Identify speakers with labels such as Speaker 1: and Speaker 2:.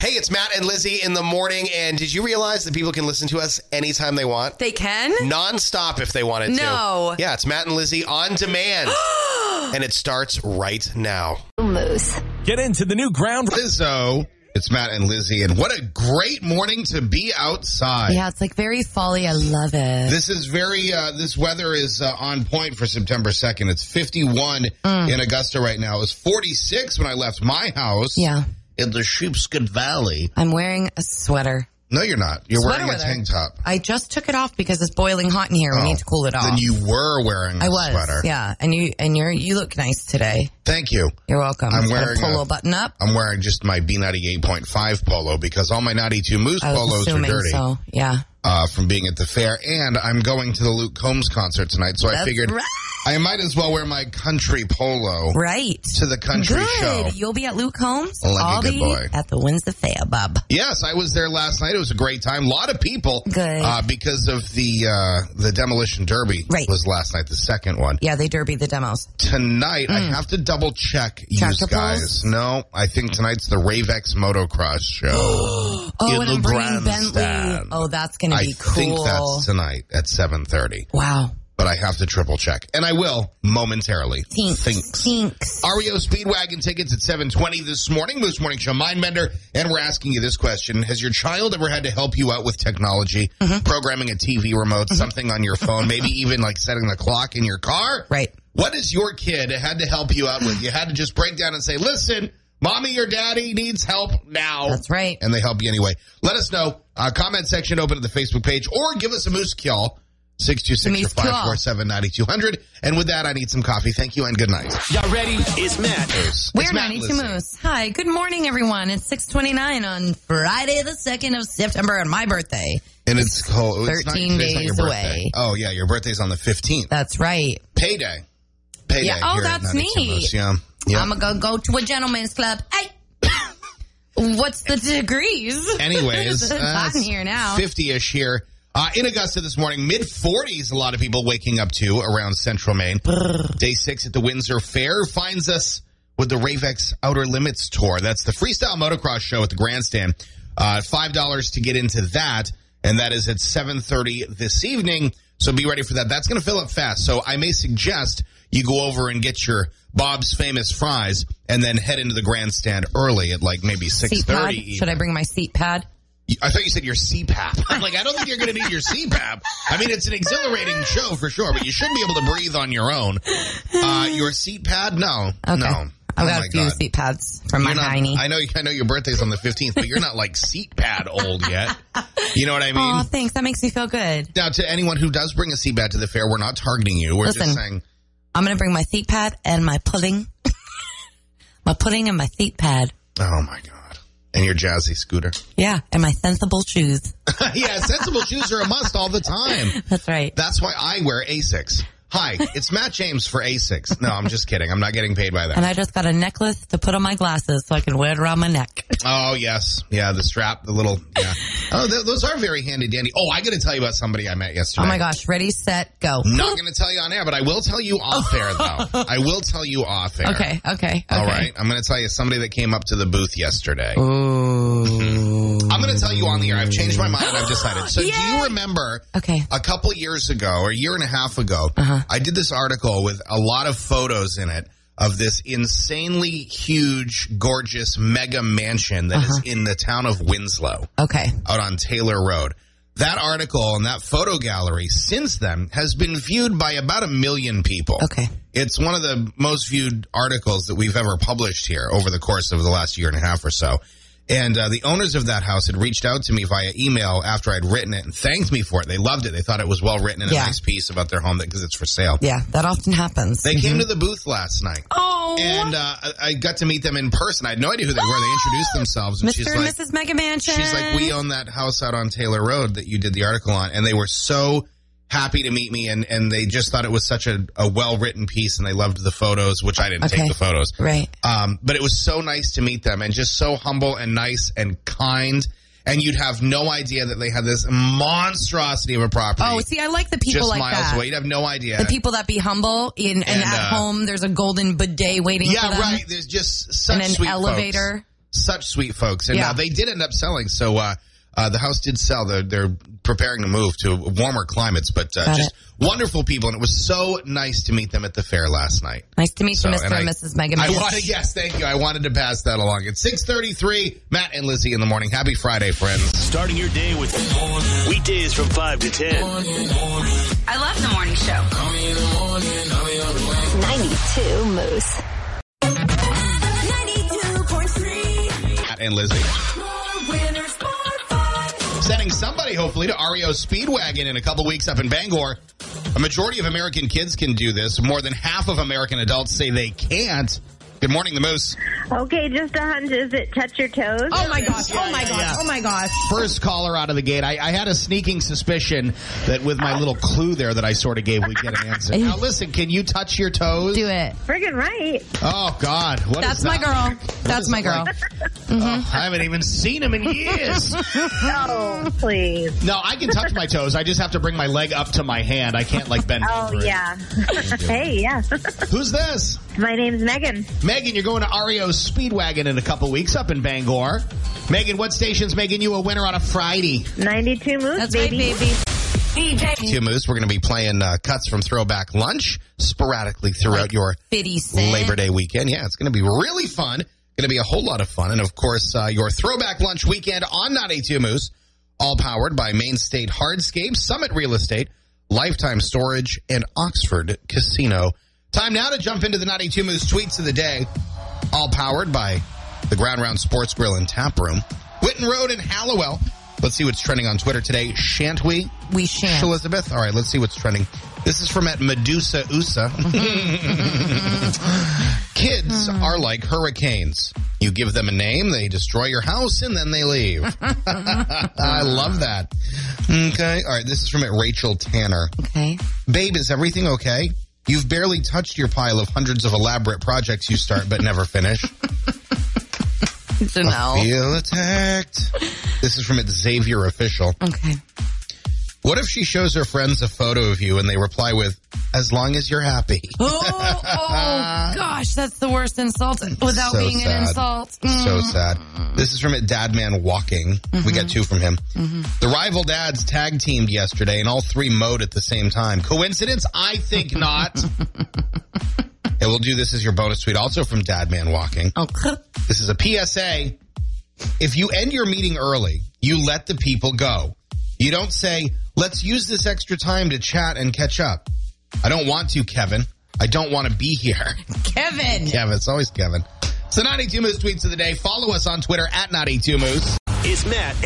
Speaker 1: It's Matt and Lizzie in the morning. And did you realize that people can listen to us anytime they want?
Speaker 2: They can?
Speaker 1: Nonstop if they wanted to.
Speaker 2: No.
Speaker 1: Yeah, it's Matt and Lizzie on demand. and it starts right now.
Speaker 3: Moose.
Speaker 4: Get into the new ground.
Speaker 5: Lizzo. It's Matt and Lizzie, and what a great morning to be outside.
Speaker 3: Yeah, it's like very folly. I love it.
Speaker 5: This is very, uh, this weather is uh, on point for September 2nd. It's 51
Speaker 3: Mm.
Speaker 5: in Augusta right now. It was 46 when I left my house.
Speaker 3: Yeah.
Speaker 5: In the Sheepskin Valley.
Speaker 3: I'm wearing a sweater.
Speaker 5: No, you're not. You're
Speaker 3: Sweater
Speaker 5: wearing a
Speaker 3: weather.
Speaker 5: tank top.
Speaker 3: I just took it off because it's boiling hot in here. We need to cool it off.
Speaker 5: Oh, Then you were wearing
Speaker 3: I
Speaker 5: a
Speaker 3: was.
Speaker 5: sweater.
Speaker 3: Yeah, and you and you're you look nice today.
Speaker 5: Thank you.
Speaker 3: You're welcome.
Speaker 5: I'm
Speaker 3: Just gotta
Speaker 5: wearing
Speaker 3: pull
Speaker 5: a-
Speaker 3: a little button up.
Speaker 5: I'm wearing just my B98.5 polo because all my 92 Moose
Speaker 3: I was
Speaker 5: polos are
Speaker 3: assuming
Speaker 5: dirty
Speaker 3: so. Yeah.
Speaker 5: uh, from being at the fair. And I'm going to the Luke Combs concert tonight, so I
Speaker 3: That's
Speaker 5: figured
Speaker 3: right.
Speaker 5: I might as well wear my country polo
Speaker 3: Right.
Speaker 5: to the country
Speaker 3: Good.
Speaker 5: show.
Speaker 3: You'll be at Luke Holmes.
Speaker 5: Like a
Speaker 3: I'll
Speaker 5: good
Speaker 3: be
Speaker 5: boy.
Speaker 3: at the Winds the Fair, bub.
Speaker 5: Yes, I was there last night. It was a great time. A lot of people.
Speaker 3: Good.
Speaker 5: Uh, because of the uh, the demolition derby
Speaker 3: Right.
Speaker 5: was last night, the second one.
Speaker 3: Yeah, they derby the demos.
Speaker 5: Tonight,
Speaker 3: Hmm.
Speaker 5: I have to double check you
Speaker 3: Tractor
Speaker 5: guys. No, I think tonight's the Ravex Motocross show.
Speaker 3: Oh,
Speaker 5: in
Speaker 3: and
Speaker 5: the
Speaker 3: I'm bringing
Speaker 5: grandstand.
Speaker 3: Bentley. Oh, that's going to
Speaker 5: I
Speaker 3: be cool.
Speaker 5: think that's uh, tonight at 7.30.
Speaker 3: wow.
Speaker 5: But I have to triple check. And I will momentarily.
Speaker 3: Tinks.
Speaker 5: Thinks.
Speaker 3: Tinks.
Speaker 5: REO E Speedwagon tickets at 720 this morning. Moose Morning Show Mindbender. And we're asking you this question. Has your child ever had to help you out with technology?
Speaker 3: Mm-hmm.
Speaker 5: Programming a TV remote, something on your phone, maybe even like setting the clock in your car?
Speaker 3: Right.
Speaker 5: What has your kid had to help you out with? You had to just break down and say, listen, mommy or daddy needs help now.
Speaker 3: That's right.
Speaker 5: And they help you anyway. Let us know. Uh, comment section open at the Facebook page or give us a moose kill. 626 547 9200. And with that, I need some coffee. Thank you and good night.
Speaker 4: Y'all ready?
Speaker 6: It's Matt.
Speaker 5: It's
Speaker 3: We're
Speaker 5: Matt
Speaker 3: 92
Speaker 5: Lizzie.
Speaker 3: Moose. Hi, good morning, everyone. It's 629 on Friday, the 2nd of September, on my birthday.
Speaker 5: And it's cold. It's
Speaker 3: 13
Speaker 5: today's your
Speaker 3: days
Speaker 5: birthday.
Speaker 3: away.
Speaker 5: Oh, yeah. Your birthday's on the 15th.
Speaker 3: That's right.
Speaker 5: Payday. Payday.
Speaker 3: Yeah. Oh,
Speaker 5: here at
Speaker 3: that's
Speaker 5: 92
Speaker 3: me.
Speaker 5: Moose. Yeah. Yeah.
Speaker 3: I'm going to go to a gentleman's club. Hey! What's the degrees?
Speaker 5: Anyways,
Speaker 3: it's
Speaker 5: uh,
Speaker 3: hot in here now.
Speaker 5: 50-ish here. Uh, in Augusta this morning, mid 40s, a lot of people waking up to around central Maine. Day six at the Windsor Fair finds us with the Ravex Outer Limits Tour. That's the freestyle motocross show at the grandstand. Uh, $5 to get into that, and that is at 7.30 this evening. So be ready for that. That's going to fill up fast. So I may suggest you go over and get your Bob's Famous Fries and then head into the grandstand early at like maybe 6.30.
Speaker 3: Seat pad.
Speaker 5: even.
Speaker 3: Should I bring my seat pad?
Speaker 5: I thought you said your CPAP. I'm like, I don't think you're going to need your CPAP. I mean, it's an exhilarating show for sure, but you should be able to breathe on your own. Uh, your seat pad? No,
Speaker 3: Okay.
Speaker 5: no. Oh
Speaker 3: I've got a few seat pads from my
Speaker 5: You're not-
Speaker 3: tiny.
Speaker 5: I know. I know your birthday's on the 15th, but you're not like seat pad old yet. You know what I mean?
Speaker 3: Aw, thanks. That makes me feel good.
Speaker 5: now, to anyone who does bring a seat pad to the fair, we're not targeting you. We're just
Speaker 3: Listen.
Speaker 5: saying
Speaker 3: I'm going to bring my seat pad and my pudding. my pudding and my seat pad.
Speaker 5: Oh my god! And your jazzy scooter.
Speaker 3: Yeah. And my sensible shoes.
Speaker 5: yeah, sensible shoes are a must all the time.
Speaker 3: That's right.
Speaker 5: That's why I wear Asics. Hi, it's Matt James for Asics. No, I'm just kidding. I'm not getting paid by that.
Speaker 3: And I just got a necklace to put on my glasses so I can wear it around my neck.
Speaker 5: Oh yes, yeah, the strap, the little. Yeah. Oh, th- those are very handy dandy. Oh, I got to tell you about somebody I met yesterday.
Speaker 3: Oh my gosh. Ready, set, go.
Speaker 5: Not going to tell you on air, but I will tell you off air though. I will tell you off air.
Speaker 3: Okay. Okay. Okay.
Speaker 5: All right. I'm going to tell you somebody that came up to the booth yesterday.
Speaker 3: Ooh.
Speaker 5: I'm going to tell you on the air. I've changed my mind. I've decided. So do
Speaker 3: Yay!
Speaker 5: you remember?
Speaker 3: Okay.
Speaker 5: A couple years ago, or a year and a half ago, I did this article with a lot of photos in it of this insanely huge, gorgeous mega mansion that is in the town of Winslow.
Speaker 3: Okay.
Speaker 5: out on Taylor Road. That article and that photo gallery since then has been viewed by about a million people.
Speaker 3: Okay.
Speaker 5: It's one of the most viewed articles that we've ever published here over the course of the last year and a half or so. And uh, the owners of that house had reached out to me via email after I'd written it and thanked me for it. They loved it. They thought it was well written and
Speaker 3: Yeah.
Speaker 5: a nice piece about their home because it's for sale.
Speaker 3: Yeah. That often happens.
Speaker 5: They came to the booth last night.
Speaker 3: Mm-hmm. Oh.
Speaker 5: And uh, I- I got to meet them in person. I had no idea who they were. They introduced themselves. And she's
Speaker 3: Mr. and
Speaker 5: like,
Speaker 3: Mrs. Mega Mansion.
Speaker 5: She's like, we own that house out on Taylor Road that you did the article on, and they were so happy to meet me, and and they just thought it was such a, a well written piece, and they loved the photos, which I didn't
Speaker 3: Okay.
Speaker 5: take the photos,
Speaker 3: Right.
Speaker 5: um, but it was so nice to meet them, and just so humble and nice and kind, and you'd have no idea that they had this monstrosity of a property.
Speaker 3: Oh, see, I like the people
Speaker 5: just
Speaker 3: like
Speaker 5: miles
Speaker 3: that.
Speaker 5: away. You'd have no idea.
Speaker 3: The people that be humble in, and,
Speaker 5: And,
Speaker 3: at
Speaker 5: uh,
Speaker 3: home, there's a golden bidet waiting for
Speaker 5: yeah,
Speaker 3: them.
Speaker 5: right. There's just such
Speaker 3: And an
Speaker 5: sweet folks.
Speaker 3: elevator.
Speaker 5: Such sweet folks. And
Speaker 3: Yeah.
Speaker 5: uh, they did end up selling. So uh, uh, the house did sell. They're, they're preparing to move to warmer climates, but uh,
Speaker 3: Got
Speaker 5: just wonderful people. And it was so nice to meet them at the fair last night.
Speaker 3: Nice to meet
Speaker 5: So,
Speaker 3: you, Mr.
Speaker 5: and
Speaker 3: and,
Speaker 5: I-
Speaker 3: Mrs. Megan.
Speaker 5: I
Speaker 3: Mitchell.
Speaker 5: wanted, yes, thank you. I wanted to pass that along. It's 633, Matt and Lizzie in the morning. Happy Friday, friends.
Speaker 2: Starting your day with weekdays from 5 to 10.
Speaker 4: I love the morning show.
Speaker 6: 92 Moose.
Speaker 5: Matt and Lizzie. Sending somebody, hopefully, to REO Speedwagon in a couple weeks up in Bangor. A majority of American kids can do this. More than half of American adults say they can't. Good morning, the Moose.
Speaker 7: Okay, just a hunch. Is it touch your toes?
Speaker 3: Oh my gosh! Oh my gosh! Oh my gosh!
Speaker 5: First caller out of the gate. I, I had a sneaking suspicion that with my little clue there that I sort of gave, we'd get an answer. Now, listen, can you touch your toes?
Speaker 3: Do it.
Speaker 7: Friggin' right.
Speaker 5: Oh, God. What is
Speaker 3: That's my
Speaker 5: that?
Speaker 3: girl. That's
Speaker 5: is
Speaker 3: my
Speaker 5: it
Speaker 3: girl. Mm-hmm.
Speaker 5: like? Oh, I haven't even seen him in years.
Speaker 7: Oh, please.
Speaker 5: no, I can touch my toes. I just have to bring my leg up to my hand. I can't, like, bend
Speaker 7: Oh,
Speaker 5: over it.
Speaker 7: yeah. hey, yeah.
Speaker 5: Who's this?
Speaker 7: my name's Megan.
Speaker 5: Megan, you're going to REO's Speedwagon in a couple weeks up in Bangor. Megan, what station's making you a winner on a Friday?
Speaker 7: 92 moves,
Speaker 3: That's
Speaker 7: baby.
Speaker 3: right, baby.
Speaker 5: Two Moose, we're going to be playing uh, cuts from Throwback Lunch sporadically throughout your
Speaker 3: Fifty cent.
Speaker 5: Labor Day weekend. Yeah, it's going to be really fun. Going to be a whole lot of fun. And of course, uh, your Throwback Lunch weekend on Not a Two Moose, all powered by Main State Hardscape, Summit Real Estate, Lifetime Storage, and Oxford Casino. Time now to jump into the Not a Two Moose tweets of the day, all powered by the Ground Round Sports Grill and Tap Room, Witten Road and Hallowell. Let's see what's trending on Twitter today, shan't we?
Speaker 3: We shan't.
Speaker 5: Elizabeth. All right, let's see what's trending. This is from at Medusa Usa. Kids are like hurricanes. You give them a name, they destroy your house, and then they leave. I love that. Okay. All right, this is from at Rachel Tanner.
Speaker 3: Okay.
Speaker 5: Babe, is everything okay? You've barely touched your pile of hundreds of elaborate projects you start but never finish.
Speaker 3: So no.
Speaker 5: Feel attacked. This is from at Xavier Official.
Speaker 3: Okay.
Speaker 5: What if she shows her friends a photo of you and they reply with, as long as you're happy?
Speaker 3: Oh, oh gosh, that's the worst insult without
Speaker 5: So
Speaker 3: being
Speaker 5: sad.
Speaker 3: an insult. Mm.
Speaker 5: So sad. This is from a dad man walking. We got two from him. The rival dads tag teamed yesterday and all three mowed at the same time. Coincidence? I think not. and we'll do this as your bonus tweet also from dad man walking.
Speaker 3: Okay.
Speaker 5: This is a PSA. If you end your meeting early, you let the people go. You don't say, let's use this extra time to chat and catch up. I don't want to, Kevin. I don't want to be here.
Speaker 3: Kevin.
Speaker 5: Kevin, it's always Kevin. So 92 Moose tweets of the day. Follow us on Twitter at 92 Moose.
Speaker 2: It's Matt and